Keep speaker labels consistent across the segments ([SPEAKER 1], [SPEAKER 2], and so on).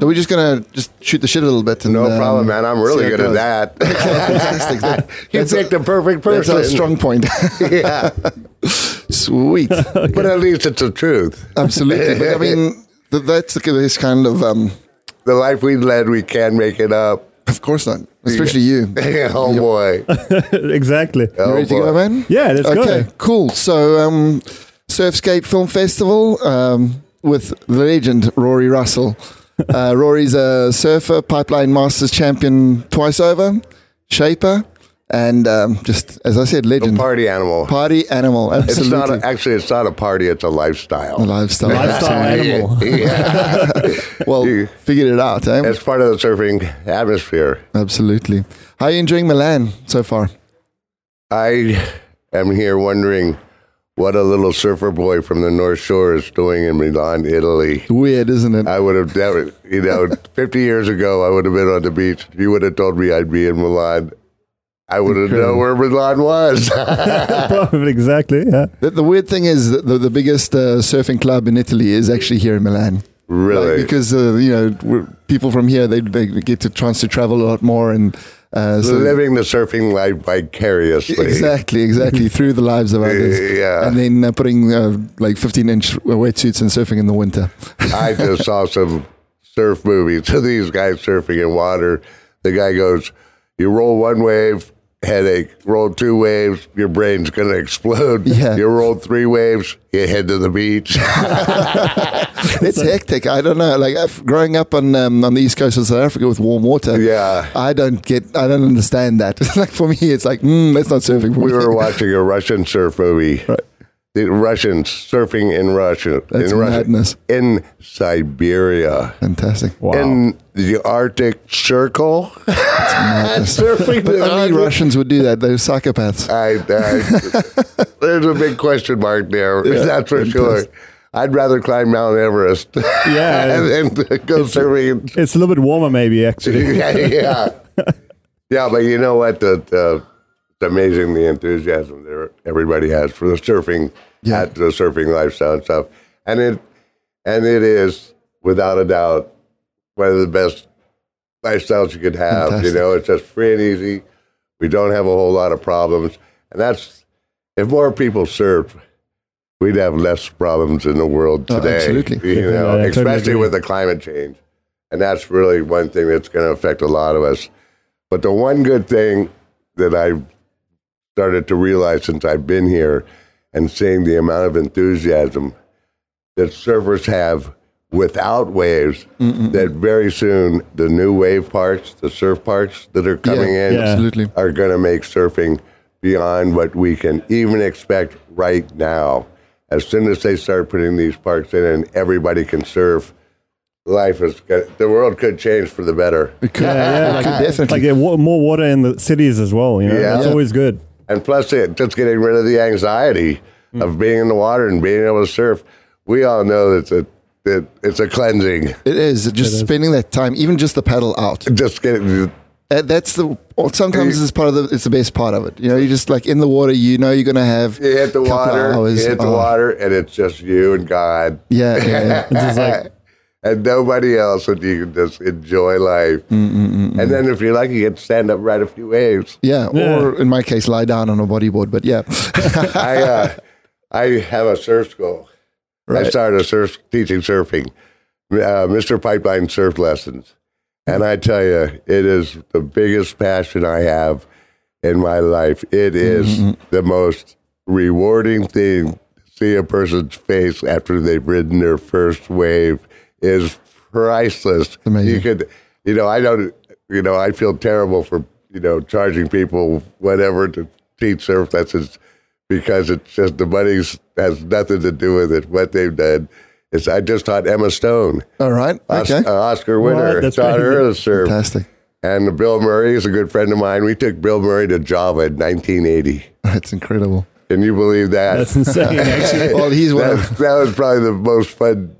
[SPEAKER 1] we're just gonna just shoot the shit a little bit. And,
[SPEAKER 2] No
[SPEAKER 1] um,
[SPEAKER 2] problem, man. I'm
[SPEAKER 1] see
[SPEAKER 2] really
[SPEAKER 1] how it
[SPEAKER 2] good at
[SPEAKER 1] goes.
[SPEAKER 2] that.
[SPEAKER 1] Fantastic. That-
[SPEAKER 2] you
[SPEAKER 1] that's a-
[SPEAKER 2] picked the perfect
[SPEAKER 1] That's
[SPEAKER 2] person.
[SPEAKER 1] our strong point.
[SPEAKER 2] yeah,
[SPEAKER 1] Sweet.
[SPEAKER 2] but at least it's the truth.
[SPEAKER 1] Absolutely. But, I mean, th- that's the, this kind of. Um,
[SPEAKER 2] The life we led, we can make it up.
[SPEAKER 1] of course not. Especially you.
[SPEAKER 2] oh boy.
[SPEAKER 3] exactly.
[SPEAKER 2] Oh,
[SPEAKER 1] You ready to
[SPEAKER 2] boy.
[SPEAKER 1] go, man?
[SPEAKER 3] Yeah, let's go.
[SPEAKER 1] okay, cool. So, um, Surfscape Film Festival um, with the legend Rory Russell. Uh, Rory's a surfer, pipeline masters champion twice over, shaper, and um, just as I said, legend.
[SPEAKER 2] Party animal.
[SPEAKER 1] Party animal,
[SPEAKER 2] It's
[SPEAKER 1] absolutely.
[SPEAKER 2] not a, actually. It's not a party. It's a lifestyle.
[SPEAKER 1] A lifestyle.
[SPEAKER 3] Lifestyle animal.
[SPEAKER 2] yeah,
[SPEAKER 1] Well,
[SPEAKER 2] You-
[SPEAKER 1] figured it out, eh?
[SPEAKER 2] it's part of the surfing atmosphere.
[SPEAKER 1] Absolutely. How are you enjoying Milan so far?
[SPEAKER 2] I am here wondering what a little surfer boy from the North Shore is doing in Milan, Italy.
[SPEAKER 1] Weird, isn't it?
[SPEAKER 2] I would have, that would- you know, 50 years ago, I would have been on the beach. If You would have told me I'd be in Milan. I would have known where Milan was.
[SPEAKER 3] Probably exactly. Yeah.
[SPEAKER 1] The, the weird thing is that the, the biggest uh, surfing club in Italy is actually here in Milan.
[SPEAKER 2] really?
[SPEAKER 1] Like, because uh, you know we're, people from here they they get the chance to travel a lot more and uh, so
[SPEAKER 2] Living the surfing life vicariously.
[SPEAKER 1] exactly exactly through the lives of others.
[SPEAKER 2] Yeah.
[SPEAKER 1] And then uh, putting uh, like 15 inch wetsuits and surfing in the winter.
[SPEAKER 2] I just saw some surf movies of these guys surfing in water. The guy goes, You roll one wave, headache. Roll two waves, your brain's going to explode.
[SPEAKER 1] Yeah.
[SPEAKER 2] You roll three waves, you head to the beach.
[SPEAKER 1] it's hectic. I don't know. Like I've, growing up on um, on the east coast of South Africa with warm water.
[SPEAKER 2] Yeah.
[SPEAKER 1] I don't get. I don't understand that. like for me, it's like mm, that's not surfing. For
[SPEAKER 2] we
[SPEAKER 1] me.
[SPEAKER 2] were watching a Russian surf movie.
[SPEAKER 1] Right.
[SPEAKER 2] The Russians surfing in Russia.
[SPEAKER 1] That's
[SPEAKER 2] in
[SPEAKER 1] madness.
[SPEAKER 2] Russia, in Siberia.
[SPEAKER 1] fantastic.
[SPEAKER 3] Wow.
[SPEAKER 2] In the Arctic Circle. surfing
[SPEAKER 1] But
[SPEAKER 2] the
[SPEAKER 1] only
[SPEAKER 2] Arctic
[SPEAKER 1] Russians would do that. They're psychopaths.
[SPEAKER 2] I, I, there's a big question mark there. that's for sure. I'd rather climb Mount Everest.
[SPEAKER 3] Yeah.
[SPEAKER 2] and, and go surfing.
[SPEAKER 3] It's a little bit warmer, maybe actually.
[SPEAKER 2] yeah, yeah, yeah. But you know what? The, the, it's amazing the enthusiasm that everybody has for the surfing,
[SPEAKER 1] Yeah.
[SPEAKER 2] at the surfing lifestyle and stuff. And it, and it is without a doubt one of the best lifestyles you could have.
[SPEAKER 1] Fantastic.
[SPEAKER 2] You know, it's just free and easy. We don't have a whole lot of problems, and that's if more people surfed, we'd have less problems in the world
[SPEAKER 1] Oh,
[SPEAKER 2] today.
[SPEAKER 1] absolutely.
[SPEAKER 2] you
[SPEAKER 3] Yeah, I
[SPEAKER 2] know,
[SPEAKER 3] totally
[SPEAKER 2] especially
[SPEAKER 3] agree.
[SPEAKER 2] with the climate change, and that's really one thing that's going to affect a lot of us. But the one good thing that I've started to realize since I've been here and seeing the amount of enthusiasm that surfers have without waves that very soon the new wave parks, the surf parks that are coming in
[SPEAKER 3] yeah.
[SPEAKER 1] Absolutely.
[SPEAKER 2] are going to make surfing beyond what we can even expect right now. As soon as they start putting these parks in and everybody can surf, life is gonna, the world could change for the better.
[SPEAKER 1] It could,
[SPEAKER 3] yeah,
[SPEAKER 1] it
[SPEAKER 3] like-
[SPEAKER 1] could definitely.
[SPEAKER 3] Like yeah, wa- more water in the cities as well. You know,
[SPEAKER 2] Yeah.
[SPEAKER 3] that's
[SPEAKER 2] Yeah.
[SPEAKER 3] always good.
[SPEAKER 2] And plus, it, just getting rid of the anxiety
[SPEAKER 1] Hmm.
[SPEAKER 2] of being in the water and being able to surf. We all know that it's a, that it's a cleansing.
[SPEAKER 1] It is just spending that time, even just the paddle out.
[SPEAKER 2] Just getting
[SPEAKER 1] Uh, that's the or sometimes it's part of the it's the best part of it. You know, you're just like in the water. You know, you're gonna have
[SPEAKER 2] You hit the
[SPEAKER 1] couple of
[SPEAKER 2] water, you
[SPEAKER 1] hours.
[SPEAKER 2] hit the
[SPEAKER 1] Oh,
[SPEAKER 2] water, and it's just you and God
[SPEAKER 1] Yeah, yeah, yeah.
[SPEAKER 3] It's just like
[SPEAKER 2] and nobody else, and you can just enjoy life.
[SPEAKER 1] Mm,
[SPEAKER 2] And then if you're lucky, you can stand up right a few waves.
[SPEAKER 1] Yeah,
[SPEAKER 3] Yeah.
[SPEAKER 1] Or in my case, lie down on a bodyboard. But yeah,
[SPEAKER 2] I, uh, I have a surf school. I started a surf teaching surfing, uh, Mr. Pipeline Surf Lessons, and I tell you, it is the biggest passion I have in my life. It is the most rewarding thing. to See a person's face after they've ridden their first wave is priceless.
[SPEAKER 1] amazing.
[SPEAKER 2] You could, you know, I don't, you know, I feel terrible for you know charging people whatever to teach surf lessons because it's just the money's has nothing to do with it. What they've done is I just taught Emma Stone,
[SPEAKER 1] all right,
[SPEAKER 2] Os-
[SPEAKER 1] okay,
[SPEAKER 2] uh, Oscar winner,
[SPEAKER 3] What? That's
[SPEAKER 2] taught her
[SPEAKER 3] crazy.
[SPEAKER 2] to surf.
[SPEAKER 1] fantastic.
[SPEAKER 2] And Bill Murray is a good friend of mine. We took Bill Murray to Java in 1980.
[SPEAKER 1] That's incredible.
[SPEAKER 2] Can you believe that?
[SPEAKER 3] that's insane. Actually,
[SPEAKER 1] Well, he's one.
[SPEAKER 2] that,
[SPEAKER 1] Of,
[SPEAKER 2] that was probably the most fun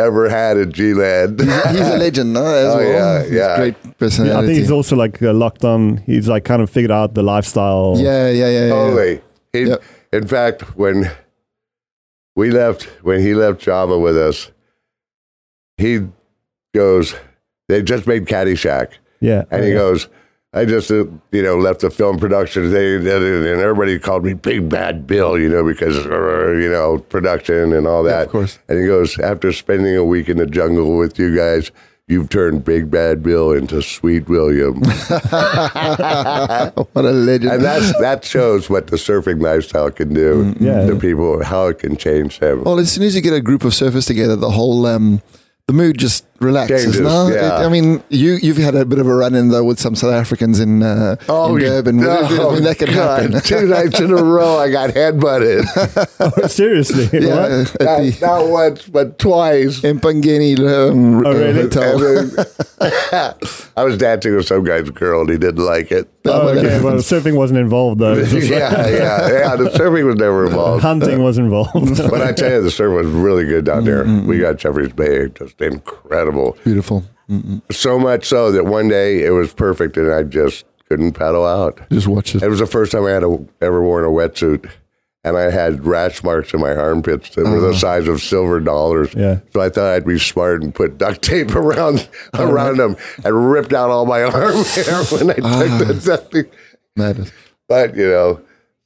[SPEAKER 2] ever had at G Land.
[SPEAKER 1] he's a legend, no? As
[SPEAKER 2] Oh,
[SPEAKER 1] well.
[SPEAKER 2] yeah,
[SPEAKER 1] He's
[SPEAKER 2] yeah.
[SPEAKER 1] Great
[SPEAKER 3] I
[SPEAKER 1] personality.
[SPEAKER 3] think he's also like uh, locked on. He's like kind of figured out the lifestyle.
[SPEAKER 1] yeah, yeah, yeah, yeah.
[SPEAKER 2] Totally. He,
[SPEAKER 1] Yep.
[SPEAKER 2] In fact, when we left, when he left Java with us, he goes, They just made Caddyshack.
[SPEAKER 3] Yeah.
[SPEAKER 2] And he goes, I just, uh, you know, left the film production thing, and everybody called me Big Bad Bill, you know, because, uh, you know, production and all that.
[SPEAKER 1] of course.
[SPEAKER 2] And he goes, after spending a week in the jungle with you guys, you've turned Big Bad Bill into Sweet William.
[SPEAKER 1] What a legend.
[SPEAKER 2] and that's, that shows what the surfing lifestyle can do
[SPEAKER 3] yeah.
[SPEAKER 2] to people, how it can change them.
[SPEAKER 1] Well, as soon as you get a group of surfers together, the whole um, the mood just relaxes.
[SPEAKER 2] Changes,
[SPEAKER 1] no,
[SPEAKER 2] yeah.
[SPEAKER 1] It- I mean, you you've had a bit of a run in though with some South Africans in, uh, in Durban. I mean, that can
[SPEAKER 2] Oh, God,
[SPEAKER 1] happen.
[SPEAKER 2] Two nights in a row, I got headbutted.
[SPEAKER 3] Seriously. right?
[SPEAKER 1] Yeah, at the
[SPEAKER 2] not, not once, but twice.
[SPEAKER 1] Empangeni um,
[SPEAKER 3] Oh, really?
[SPEAKER 1] hotel.
[SPEAKER 2] And then- I was dancing with some guy's girl and he didn't like it.
[SPEAKER 3] Oh,
[SPEAKER 1] well, that
[SPEAKER 3] okay. Well, surfing wasn't involved though. It's
[SPEAKER 2] yeah,
[SPEAKER 3] just like
[SPEAKER 2] yeah, yeah. The surfing was never involved.
[SPEAKER 3] hunting was involved.
[SPEAKER 2] But I tell you, the surf was really good down there.
[SPEAKER 3] Mm-hmm.
[SPEAKER 2] We got Jeffrey's Bay, just incredible.
[SPEAKER 1] Beautiful.
[SPEAKER 2] So much so that one day it was perfect and I just couldn't paddle out.
[SPEAKER 1] Just watch it.
[SPEAKER 2] It was the first time I had a, ever worn a wetsuit, and I had rash marks in my armpits that were the size of silver dollars.
[SPEAKER 3] Yeah.
[SPEAKER 2] So I thought I'd be smart and put duct tape around around them and ripped out all my arm hair when I took the duct tape.
[SPEAKER 1] Madness.
[SPEAKER 2] But you know,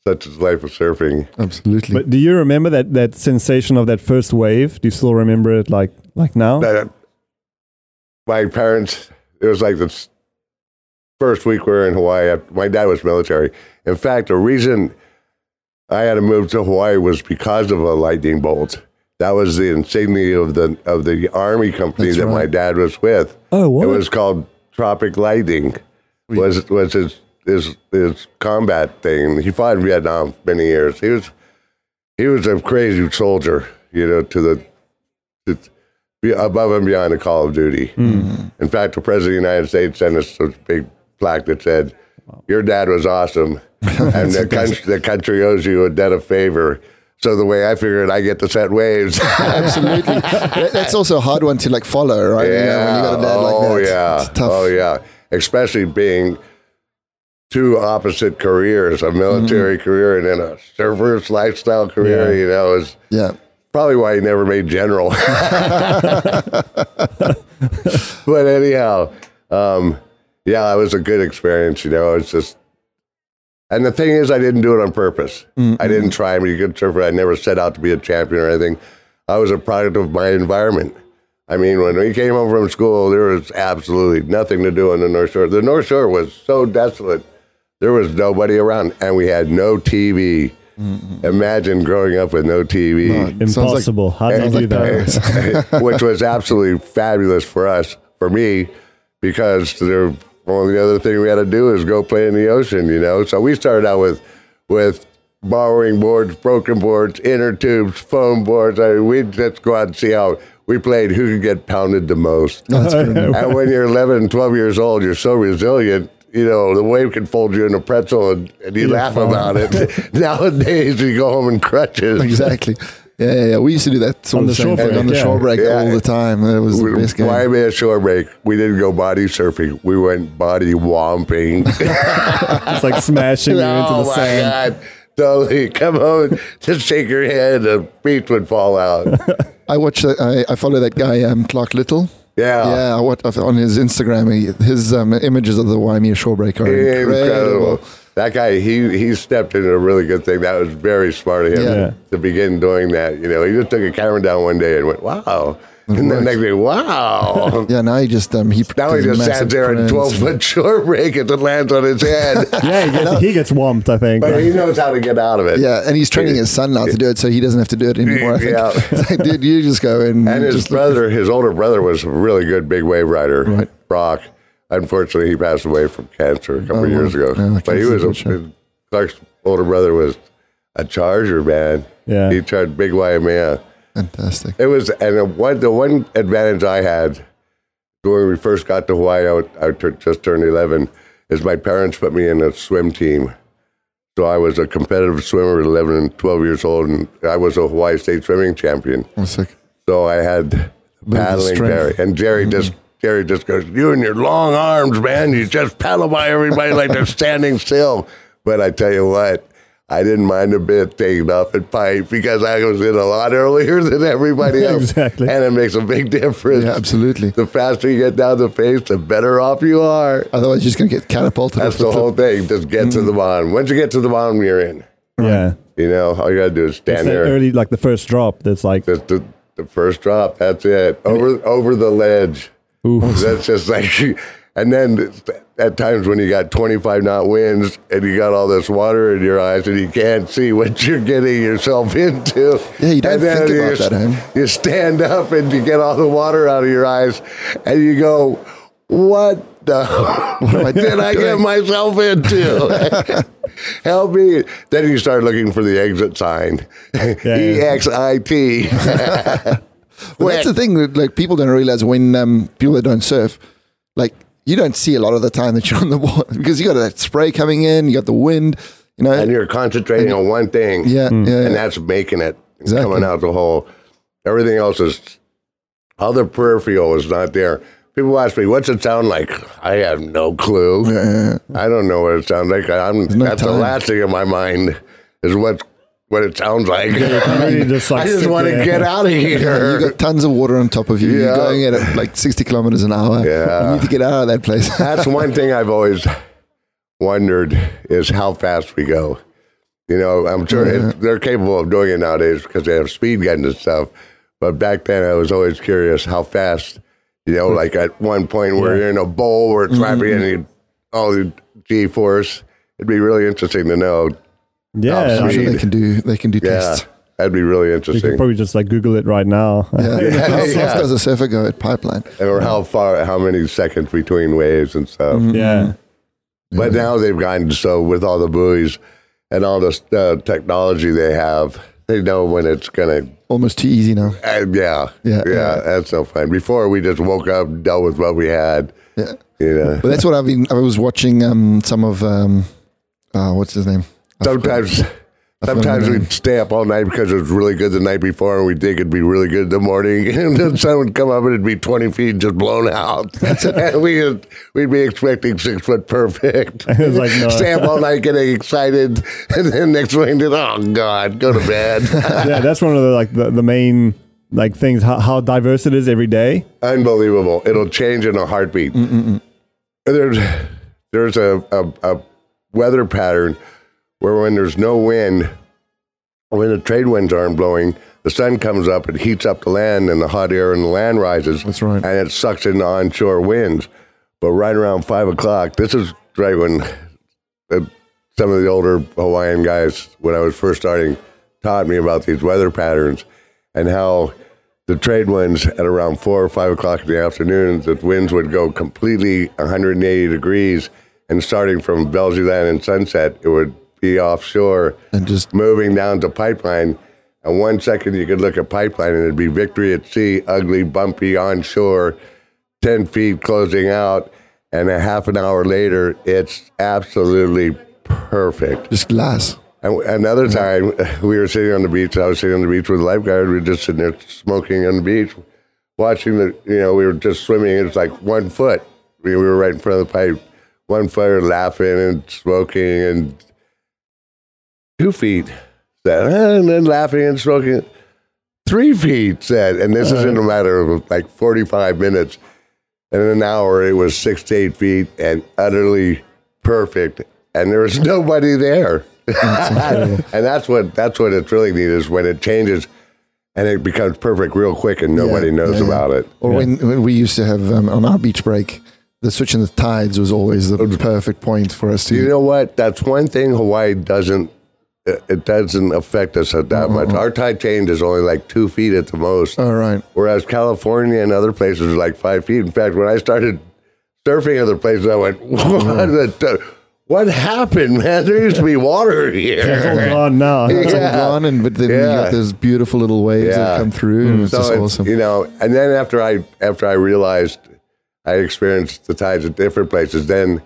[SPEAKER 2] such is life of surfing.
[SPEAKER 1] Absolutely.
[SPEAKER 3] but do you remember that that sensation of that first wave? Do you still remember it like like now?
[SPEAKER 2] But, uh, my parents, it was like the s- first week we were in Hawaii. after- My dad was military. In fact, the reason I had to move to Hawaii was because of a lightning bolt. That was the insignia of the of the army company
[SPEAKER 1] That's
[SPEAKER 2] that my
[SPEAKER 1] right.
[SPEAKER 2] dad was with.
[SPEAKER 3] oh, what?
[SPEAKER 2] It was called Tropic Lightning. Was was his his his combat thing. He fought in Vietnam for many years. He was he was a crazy soldier, you know, to the to, be above and beyond the call of duty.
[SPEAKER 3] Hmm.
[SPEAKER 2] In fact, the president of the United States sent us a big plaque that said, "Your dad was awesome, and the country, the country owes you a debt of favor." So the way I figured, I get to set waves.
[SPEAKER 1] Absolutely. That- That's also a hard one to like follow, right? You know, when you got a dad like
[SPEAKER 2] oh
[SPEAKER 1] that.
[SPEAKER 2] yeah.
[SPEAKER 1] It's tough.
[SPEAKER 2] Oh yeah. Especially being two opposite careers, a military
[SPEAKER 1] Mm-hmm.
[SPEAKER 2] career and then a surfer's lifestyle career,
[SPEAKER 3] Yeah.
[SPEAKER 2] you know, is
[SPEAKER 1] yeah.
[SPEAKER 2] probably why he never made general. but anyhow, um, yeah, it was a good experience, you know. It's just and the thing is I didn't do it on purpose. I didn't try and be a good surfer. I never set out to be a champion or anything. I was a product of my environment. I mean, when we came home from school, there was absolutely nothing to do on the North Shore. The North Shore was so desolate. There was nobody around, and we had no TV. Imagine growing up with no TV
[SPEAKER 3] Impossible. How do you
[SPEAKER 1] sounds
[SPEAKER 3] do
[SPEAKER 1] like
[SPEAKER 3] that?
[SPEAKER 1] Paris.
[SPEAKER 2] which was absolutely fabulous for us, for me, because there, well, the other thing we had to do is go play in the ocean, you know. So we started out with, with borrowing boards, broken boards, inner tubes, foam boards. I mean, we'd just go out and see how we played who could get pounded the most.
[SPEAKER 1] That's pretty cool.
[SPEAKER 2] and when you're 11 and 12 years old, you're so resilient. You know, the wave can fold you in a pretzel and, and you
[SPEAKER 3] You're
[SPEAKER 2] laugh
[SPEAKER 3] fine.
[SPEAKER 2] about it. Nowadays, you go home in crutches.
[SPEAKER 1] Exactly. Yeah, yeah, yeah. We used to do that sort
[SPEAKER 3] On
[SPEAKER 1] of
[SPEAKER 3] the
[SPEAKER 1] thing
[SPEAKER 3] shore break,
[SPEAKER 1] on the
[SPEAKER 3] yeah.
[SPEAKER 1] shore break
[SPEAKER 2] Yeah.
[SPEAKER 1] all the time. It was the best game.
[SPEAKER 2] Why be a shore break? We didn't go body surfing. We went body womping.
[SPEAKER 3] It's like smashing you into
[SPEAKER 2] oh
[SPEAKER 3] the
[SPEAKER 2] my
[SPEAKER 3] sand.
[SPEAKER 2] god! Totally. Come on, just shake your head. The beach would fall out.
[SPEAKER 1] I watch. that- I, I follow that guy um, Clark Little.
[SPEAKER 2] Yeah.
[SPEAKER 1] yeah. I watch, on his Instagram, he, his um, images of the Waimea Shorebreak are incredible.
[SPEAKER 2] That guy, he he stepped into a really good thing. That was very smart of him
[SPEAKER 1] Yeah.
[SPEAKER 2] to begin doing that. You know, he just took a camera down one day and went, "Wow," and then next day, "Wow."
[SPEAKER 1] Yeah, now he just um, he
[SPEAKER 2] Now he
[SPEAKER 1] does
[SPEAKER 2] just
[SPEAKER 1] massive
[SPEAKER 2] stands there in
[SPEAKER 1] prints.
[SPEAKER 2] twelve foot shore break and it lands on his head.
[SPEAKER 3] Yeah, he gets, he gets whumped, I think.
[SPEAKER 2] But he knows how to get out of it.
[SPEAKER 1] Yeah, and he's training his son now to do it, so he doesn't have to do it anymore. I think.
[SPEAKER 2] Yeah.
[SPEAKER 1] It's like, dude, you just go in.
[SPEAKER 2] And his
[SPEAKER 1] just
[SPEAKER 2] brother, his older brother, was a really good big wave rider, Brock. Unfortunately, he passed away from cancer a couple of years ago.
[SPEAKER 1] Oh, Yeah,
[SPEAKER 2] but he
[SPEAKER 1] cancer's
[SPEAKER 2] was
[SPEAKER 1] a
[SPEAKER 2] a,
[SPEAKER 1] good show.
[SPEAKER 2] Clark's older brother was a charger man.
[SPEAKER 3] Yeah.
[SPEAKER 2] he charged big Waimea.
[SPEAKER 1] fantastic.
[SPEAKER 2] It was, and the one the one advantage I had when we first got to Hawaii, I, would- I tur- just turned eleven, is my parents put me in a swim team. So I was a competitive swimmer at 11 and 12 years old, and I was a Hawaii state swimming champion.
[SPEAKER 1] I was like,
[SPEAKER 2] So I had paddling Jerry,
[SPEAKER 1] strength.
[SPEAKER 2] and Jerry just Jerry just goes, "You and your long arms, man! You just paddle by everybody like they're standing still." But I tell you what, I didn't mind a bit taking off at Pike because I was in a lot earlier than everybody else.
[SPEAKER 3] Exactly.
[SPEAKER 2] And it makes a big difference.
[SPEAKER 1] Yeah, absolutely.
[SPEAKER 2] The faster you get down the face, the better off you are.
[SPEAKER 1] Otherwise, you're just going to get catapulted.
[SPEAKER 2] That's
[SPEAKER 1] off
[SPEAKER 2] the
[SPEAKER 1] cliff.
[SPEAKER 2] whole thing. Just get to the bottom. Once you get to the bottom, you're in.
[SPEAKER 3] Yeah.
[SPEAKER 2] You know, all you got to do is
[SPEAKER 3] It's
[SPEAKER 2] stand
[SPEAKER 3] that
[SPEAKER 2] there.
[SPEAKER 3] early, like the first drop that's like,
[SPEAKER 2] Just the, the first drop. That's it. Over over the ledge.
[SPEAKER 3] oof.
[SPEAKER 2] That's just like, and then at times when you got 25 knot winds and you got all this water in your eyes and you can't see what you're getting yourself into.
[SPEAKER 1] Yeah, you don't
[SPEAKER 2] and
[SPEAKER 1] think
[SPEAKER 2] you
[SPEAKER 1] about that, eh?
[SPEAKER 2] You stand up and you get all the water out of your eyes and you go, what the
[SPEAKER 1] am I
[SPEAKER 2] did I get
[SPEAKER 1] doing?"
[SPEAKER 2] myself into? Help me. Then you start looking for the exit sign. E
[SPEAKER 3] yeah.
[SPEAKER 2] E-X-I-T.
[SPEAKER 1] Well, that's the thing that like people don't realize when um, people that don't surf, like you don't see a lot of the time that you're on the water because you got that spray coming in, you got the wind, you know.
[SPEAKER 2] and you're concentrating on one thing.
[SPEAKER 1] yeah, yeah,
[SPEAKER 2] and that's making it and
[SPEAKER 1] Exactly.
[SPEAKER 2] coming out the hole. Everything else is all the peripheral is not there. People ask me, "What's it sound like?" I have no clue.
[SPEAKER 1] yeah,
[SPEAKER 2] I don't know what it sounds like. I'm
[SPEAKER 1] no
[SPEAKER 2] that's the
[SPEAKER 1] time.
[SPEAKER 2] last thing in my mind is what what it sounds like.
[SPEAKER 3] Really just like
[SPEAKER 2] I just
[SPEAKER 3] sit
[SPEAKER 2] want to
[SPEAKER 3] there.
[SPEAKER 2] get out of
[SPEAKER 1] yeah. You
[SPEAKER 2] here.
[SPEAKER 1] got tons of water on top of you. You're
[SPEAKER 2] Yeah.
[SPEAKER 1] going at it like 60 kilometers an hour.
[SPEAKER 2] Yeah.
[SPEAKER 1] You need to get out of that place.
[SPEAKER 2] that's one thing I've always wondered is how fast we go. You know, I'm sure it, they're capable of doing it nowadays because they have speed guns and stuff. But back then, I was always curious how fast. You know, like at one point where you're in a bowl where
[SPEAKER 3] Mm-hmm.
[SPEAKER 2] it's wrapping and you, all the G force. It'd be really interesting to know.
[SPEAKER 3] Yeah.
[SPEAKER 2] Oh,
[SPEAKER 1] I'm
[SPEAKER 3] I
[SPEAKER 1] sure
[SPEAKER 3] mean,
[SPEAKER 1] they can do, they can do
[SPEAKER 2] Yeah,
[SPEAKER 1] tests.
[SPEAKER 2] that'd be really
[SPEAKER 3] you could
[SPEAKER 2] interesting.
[SPEAKER 3] probably just like Google it right now.
[SPEAKER 1] Yeah. How fast
[SPEAKER 2] Yeah.
[SPEAKER 1] does a surfer go at pipeline?
[SPEAKER 2] or how far, how many seconds between waves and stuff.
[SPEAKER 3] yeah.
[SPEAKER 2] But now they've gotten so with all the buoys and all this uh, technology they have, they know when it's gonna.
[SPEAKER 1] Almost too easy now.
[SPEAKER 2] Uh, yeah,
[SPEAKER 1] Yeah,
[SPEAKER 2] yeah,
[SPEAKER 1] yeah.
[SPEAKER 2] That's no fun. Before we just woke up, dealt with what we had.
[SPEAKER 1] Yeah.
[SPEAKER 2] You know,
[SPEAKER 1] But that's what I've been, I was watching um, some of, um, uh, what's his name? I forgot.
[SPEAKER 2] sometimes.
[SPEAKER 1] forgotten
[SPEAKER 2] Sometimes
[SPEAKER 1] the name.
[SPEAKER 2] we'd stay up all night because it was really good the night before, and we'd think it'd be really good in the morning. And then sun would come up and it'd be 20 feet just blown out. and we'd, we'd be expecting six foot perfect.
[SPEAKER 3] It was like, no.
[SPEAKER 2] Stay up all night getting excited. And then next morning, oh, God, go to bed.
[SPEAKER 3] yeah, that's one of the like the, the main like things how, how diverse it is every day.
[SPEAKER 2] unbelievable. It'll change in a heartbeat. There's there's a, a, a weather pattern where when there's no wind, when the trade winds aren't blowing, the sun comes up, it heats up the land, and the hot air in the land rises.
[SPEAKER 1] That's right.
[SPEAKER 2] And it sucks in the onshore winds. But right around five o'clock, this is right when the, some of the older Hawaiian guys, when I was first starting, taught me about these weather patterns and how the trade winds at around four or five o'clock in the afternoon, the winds would go completely 180 degrees. And starting from Belgiland and sunset, it would be offshore
[SPEAKER 1] And just
[SPEAKER 2] moving down to pipeline. And one second you could look at pipeline and it'd be victory at sea, ugly, bumpy onshore, 10 feet closing out. And a half an hour later, it's absolutely perfect.
[SPEAKER 1] just glass.
[SPEAKER 2] And w- another time, we were sitting on the beach. I was sitting on the beach with a lifeguard. We were just sitting there smoking on the beach, watching the. You know, we were just swimming. It was like one foot. We, we were right in front of the pipe, one foot, laughing and smoking, and two feet said, "Ah," and then laughing and smoking. Three feet said, and this is in a matter of like forty-five minutes. And in an hour, it was six to eight feet and utterly perfect. And there was nobody there. and that's what that's what it's really neat is when it changes and it becomes perfect real quick and nobody
[SPEAKER 1] Yeah,
[SPEAKER 2] knows
[SPEAKER 1] yeah.
[SPEAKER 2] about it.
[SPEAKER 1] Or when, when we used to have um, on our beach break, the switching the tides was always the perfect point for us to.
[SPEAKER 2] You know what? That's one thing Hawaii doesn't. It it doesn't affect us that
[SPEAKER 1] Uh-huh.
[SPEAKER 2] much. Our tide change is only like two feet at the most.
[SPEAKER 1] All right.
[SPEAKER 2] whereas California and other places are like five feet. In fact, when I started surfing other places, I went, "What?
[SPEAKER 1] Hmm.
[SPEAKER 2] the- what happened, man? There used to be water
[SPEAKER 3] It's all
[SPEAKER 2] here."
[SPEAKER 3] gone now.
[SPEAKER 1] It's
[SPEAKER 2] Yeah.
[SPEAKER 1] all gone, and but then you
[SPEAKER 2] Yeah.
[SPEAKER 1] got those beautiful little waves that
[SPEAKER 2] Yeah. Mm.
[SPEAKER 1] come through, and it's
[SPEAKER 2] So
[SPEAKER 1] just
[SPEAKER 2] it's,
[SPEAKER 1] awesome.
[SPEAKER 2] you know, and then after I after I realized I experienced the tides at different places, then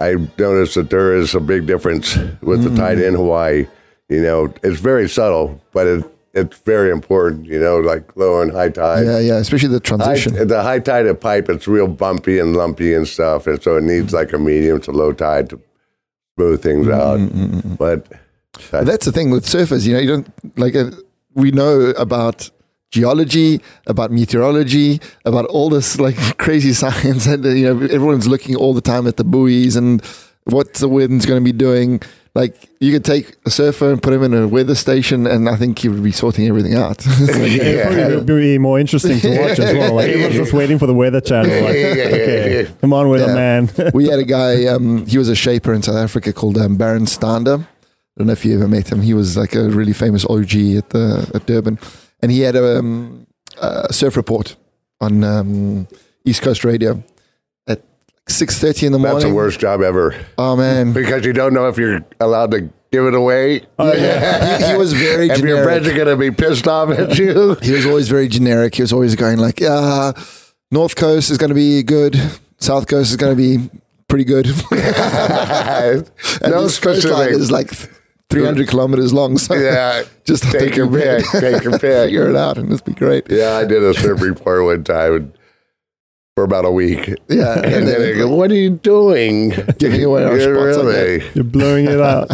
[SPEAKER 2] I noticed that there is a big difference with the tide
[SPEAKER 1] Hmm.
[SPEAKER 2] in Hawaii. You know, it's very subtle, but it it's very important. You know, like low and high tide.
[SPEAKER 1] yeah, yeah, especially the
[SPEAKER 2] High-
[SPEAKER 1] transition.
[SPEAKER 2] the high tide of pipe, it's real bumpy and lumpy and stuff, and so it needs like a medium to low tide to smooth things out. But That-
[SPEAKER 1] That's the thing with surfers, you know, you don't like uh, we know about geology, about meteorology, about all this like crazy science, and uh, you know, everyone's looking all the time at the buoys and what the wind's going to be doing. Like you could take a surfer and put him in a weather station, and I think he would be sorting everything out. It's like,
[SPEAKER 3] It'd probably be- be more interesting to watch as well. Like everyone's just waiting for the weather channel. Like, okay, come on, weather man.
[SPEAKER 1] we had a guy. Um, he was a shaper in South Africa called um, Baron Stander. I don't know if you ever met him. He was like a really famous OG at the at Durban, and he had a, um, a surf report on um, East Coast Radio at six thirty in the morning.
[SPEAKER 2] That's the worst job ever
[SPEAKER 1] Oh man,
[SPEAKER 2] because you don't know if you're allowed to give it away.
[SPEAKER 1] he, he was very
[SPEAKER 2] and your friends are
[SPEAKER 1] Oh, generic.
[SPEAKER 2] going to be pissed off at you.
[SPEAKER 1] He was always very generic. He was always going like, "Yeah, North Coast is going to be good. South Coast is going to be pretty good." And
[SPEAKER 2] no
[SPEAKER 1] this coastline
[SPEAKER 2] specific.
[SPEAKER 1] is like 300 kilometers long. So
[SPEAKER 2] Yeah.
[SPEAKER 1] just
[SPEAKER 2] Take
[SPEAKER 1] take
[SPEAKER 2] your
[SPEAKER 1] your pick,
[SPEAKER 2] pick, take your pick.
[SPEAKER 1] figure it out, and it'll be great.
[SPEAKER 2] Yeah, I did a surf report one time and- for about a week.
[SPEAKER 1] Yeah, and,
[SPEAKER 2] And
[SPEAKER 1] then,
[SPEAKER 2] then they go, What are you doing?
[SPEAKER 1] Giving away our
[SPEAKER 2] Yeah,
[SPEAKER 1] spots on
[SPEAKER 2] really.
[SPEAKER 3] You're blowing it out.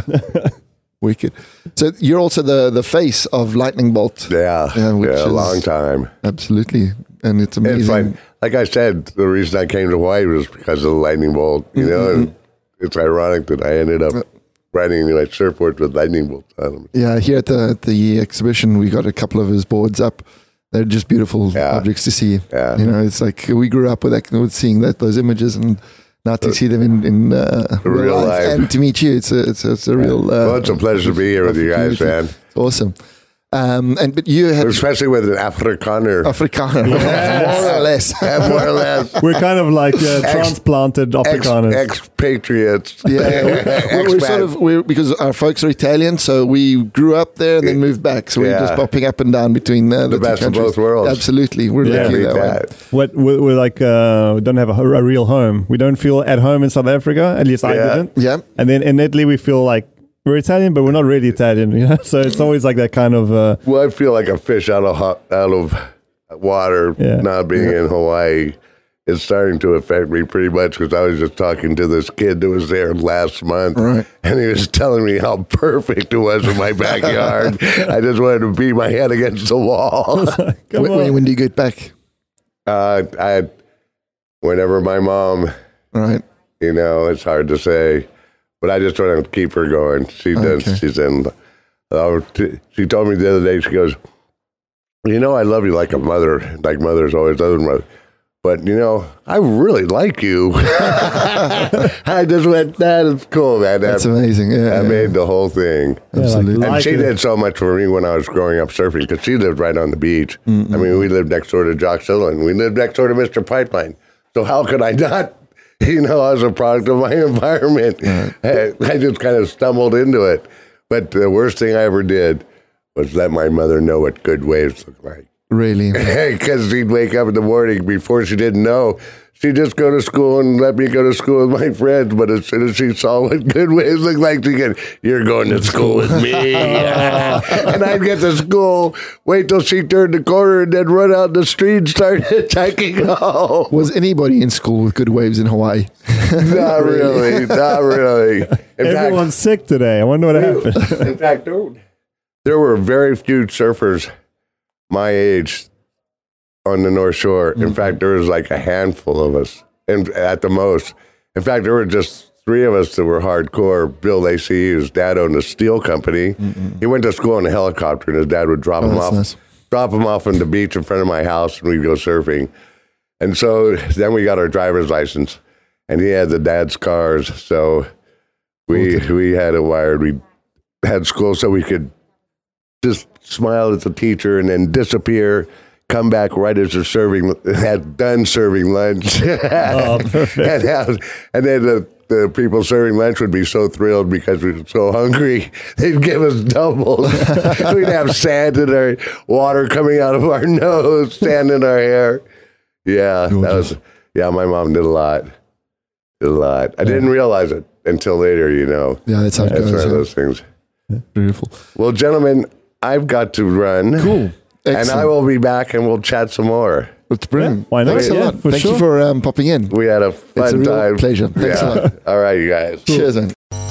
[SPEAKER 1] wicked. So you're also the the face of Lightning Bolt.
[SPEAKER 2] Yeah,
[SPEAKER 1] Yeah,
[SPEAKER 2] yeah,
[SPEAKER 1] which
[SPEAKER 2] a
[SPEAKER 1] is-
[SPEAKER 2] long time.
[SPEAKER 1] Absolutely, and it's
[SPEAKER 2] It's
[SPEAKER 1] amazing.
[SPEAKER 2] fun. Like I said, the reason I came to Hawaii was because of the lightning bolt. You
[SPEAKER 1] Mm-hmm,
[SPEAKER 2] know, and it's ironic that I ended up riding my surfboard with lightning bolts on them.
[SPEAKER 1] Yeah, here at the at the exhibition, we got a couple of his boards up. They're just beautiful
[SPEAKER 2] Yeah.
[SPEAKER 1] objects to see.
[SPEAKER 2] Yeah.
[SPEAKER 1] You know, it's like we grew up with that, with seeing that those images and. Now to see them in, in uh,
[SPEAKER 2] real life.
[SPEAKER 1] and to meet you, it's a it's a, it's a real. Uh,
[SPEAKER 2] Well, it's a pleasure to be here with you guys, man.
[SPEAKER 1] opportunity. Awesome. Um, and but you had
[SPEAKER 2] Especially with an Afrikaner.
[SPEAKER 1] Afrikaner, more or less.
[SPEAKER 2] And more or less
[SPEAKER 3] We're kind of like uh, transplanted
[SPEAKER 2] ex-
[SPEAKER 3] Afrikaners.
[SPEAKER 2] expatriates.
[SPEAKER 1] Yeah, we're, we're- we're sort of we're, because our folks are Italian, so we grew up there and then moved back. So we're
[SPEAKER 2] Yeah.
[SPEAKER 1] just popping up and down between uh, the, two
[SPEAKER 2] best of
[SPEAKER 1] countries.
[SPEAKER 2] both worlds.
[SPEAKER 1] Absolutely, we're
[SPEAKER 3] Yeah.
[SPEAKER 1] lucky
[SPEAKER 2] Read
[SPEAKER 1] that way.
[SPEAKER 2] that.
[SPEAKER 3] What we're, we're like, uh, we don't have a, ho- a real home. We don't feel at home in South Africa. At least I
[SPEAKER 2] Yeah.
[SPEAKER 3] didn't.
[SPEAKER 1] Yeah.
[SPEAKER 3] And then in Italy, we feel like we're Italian, but we're not really Italian. You know? So it's always like that kind of. Uh,
[SPEAKER 2] Well, I feel like a fish out of hot, out of water.
[SPEAKER 3] Yeah.
[SPEAKER 2] Not being in Hawaii, it's starting to affect me pretty much because I was just talking to this kid that was there last month,
[SPEAKER 1] Right.
[SPEAKER 2] and he was telling me how perfect it was in my backyard. I just wanted to beat my head against the wall.
[SPEAKER 3] come
[SPEAKER 1] When,
[SPEAKER 3] on.
[SPEAKER 1] when, when do you get back?
[SPEAKER 2] uh, I, whenever my mom,
[SPEAKER 1] All right.
[SPEAKER 2] you know, it's hard to say, but I just want to keep her going. She does.
[SPEAKER 1] Okay.
[SPEAKER 2] She's in. Uh, t- she told me the other day. She goes, "You know, I love you like a mother. Like mothers always love their mother." But you know, I really like you. I just went. That is cool, man. That,
[SPEAKER 1] That's amazing. Yeah,
[SPEAKER 2] that
[SPEAKER 1] yeah.
[SPEAKER 2] made the whole thing.
[SPEAKER 3] Yeah, like,
[SPEAKER 1] absolutely.
[SPEAKER 2] And
[SPEAKER 3] like
[SPEAKER 2] she
[SPEAKER 3] it.
[SPEAKER 2] did so much for me when I was growing up surfing because she lived right on the beach. I mean, we lived next door to Jocksilla and we lived next door to Mr. Pipeline. So how could I not? You know, I was a product of my environment. I, I just kind of stumbled into it. But the worst thing I ever did was let my mother know what good waves look like.
[SPEAKER 1] really.
[SPEAKER 2] Because she'd wake up in the morning before she didn't know. She'd just go to school and let me go to school with my friends. But as soon as she saw what good waves looked like, she said, You're going to school with me. and I'd get to school, wait till she turned the corner, and then run out the street and start attacking home.
[SPEAKER 1] Was anybody in school with good waves in Hawaii?
[SPEAKER 2] Not really. Not really. In
[SPEAKER 3] Everyone's sick today. I wonder what happened.
[SPEAKER 2] fact, in fact, there were- there were very few surfers my age on the North Shore. In fact, there was like a handful of us, and at the most. In fact, there were just three of us that were hardcore. Bill Lacey, his dad owned a steel company. He went to school in a helicopter, and his dad would drop him
[SPEAKER 1] that's
[SPEAKER 2] off,
[SPEAKER 1] nice.
[SPEAKER 2] drop him off on the beach in front of my house, and we'd go surfing. And so then we got our driver's license, and he had the dad's cars. So we we had it wired. We had school so we could just smile at the teacher and then disappear, come back right as they're serving, had done serving lunch. and, have- and then the, the people serving lunch would be so thrilled because we were so hungry, they'd give us doubles. We'd have sand in our water coming out of our nose, sand in our hair. Yeah, that was, yeah, my mom did a lot. Did a lot. I didn't realize it until later, you know.
[SPEAKER 1] Yeah, that's how it
[SPEAKER 2] It's one
[SPEAKER 1] goes.
[SPEAKER 2] of
[SPEAKER 1] yeah.
[SPEAKER 2] those things.
[SPEAKER 1] Beautiful.
[SPEAKER 2] Well, gentlemen, I've got to run.
[SPEAKER 1] Cool.
[SPEAKER 2] And I will be back and we'll chat some more.
[SPEAKER 1] It's brilliant.
[SPEAKER 3] why not?
[SPEAKER 1] Thanks a
[SPEAKER 3] Yeah,
[SPEAKER 1] lot.
[SPEAKER 3] for
[SPEAKER 1] Thank you
[SPEAKER 3] sure.
[SPEAKER 1] for um, popping in.
[SPEAKER 2] We had a fun
[SPEAKER 1] It's a real
[SPEAKER 2] time.
[SPEAKER 1] pleasure. Thanks a lot.
[SPEAKER 2] All right, you guys.
[SPEAKER 1] Cheers, then.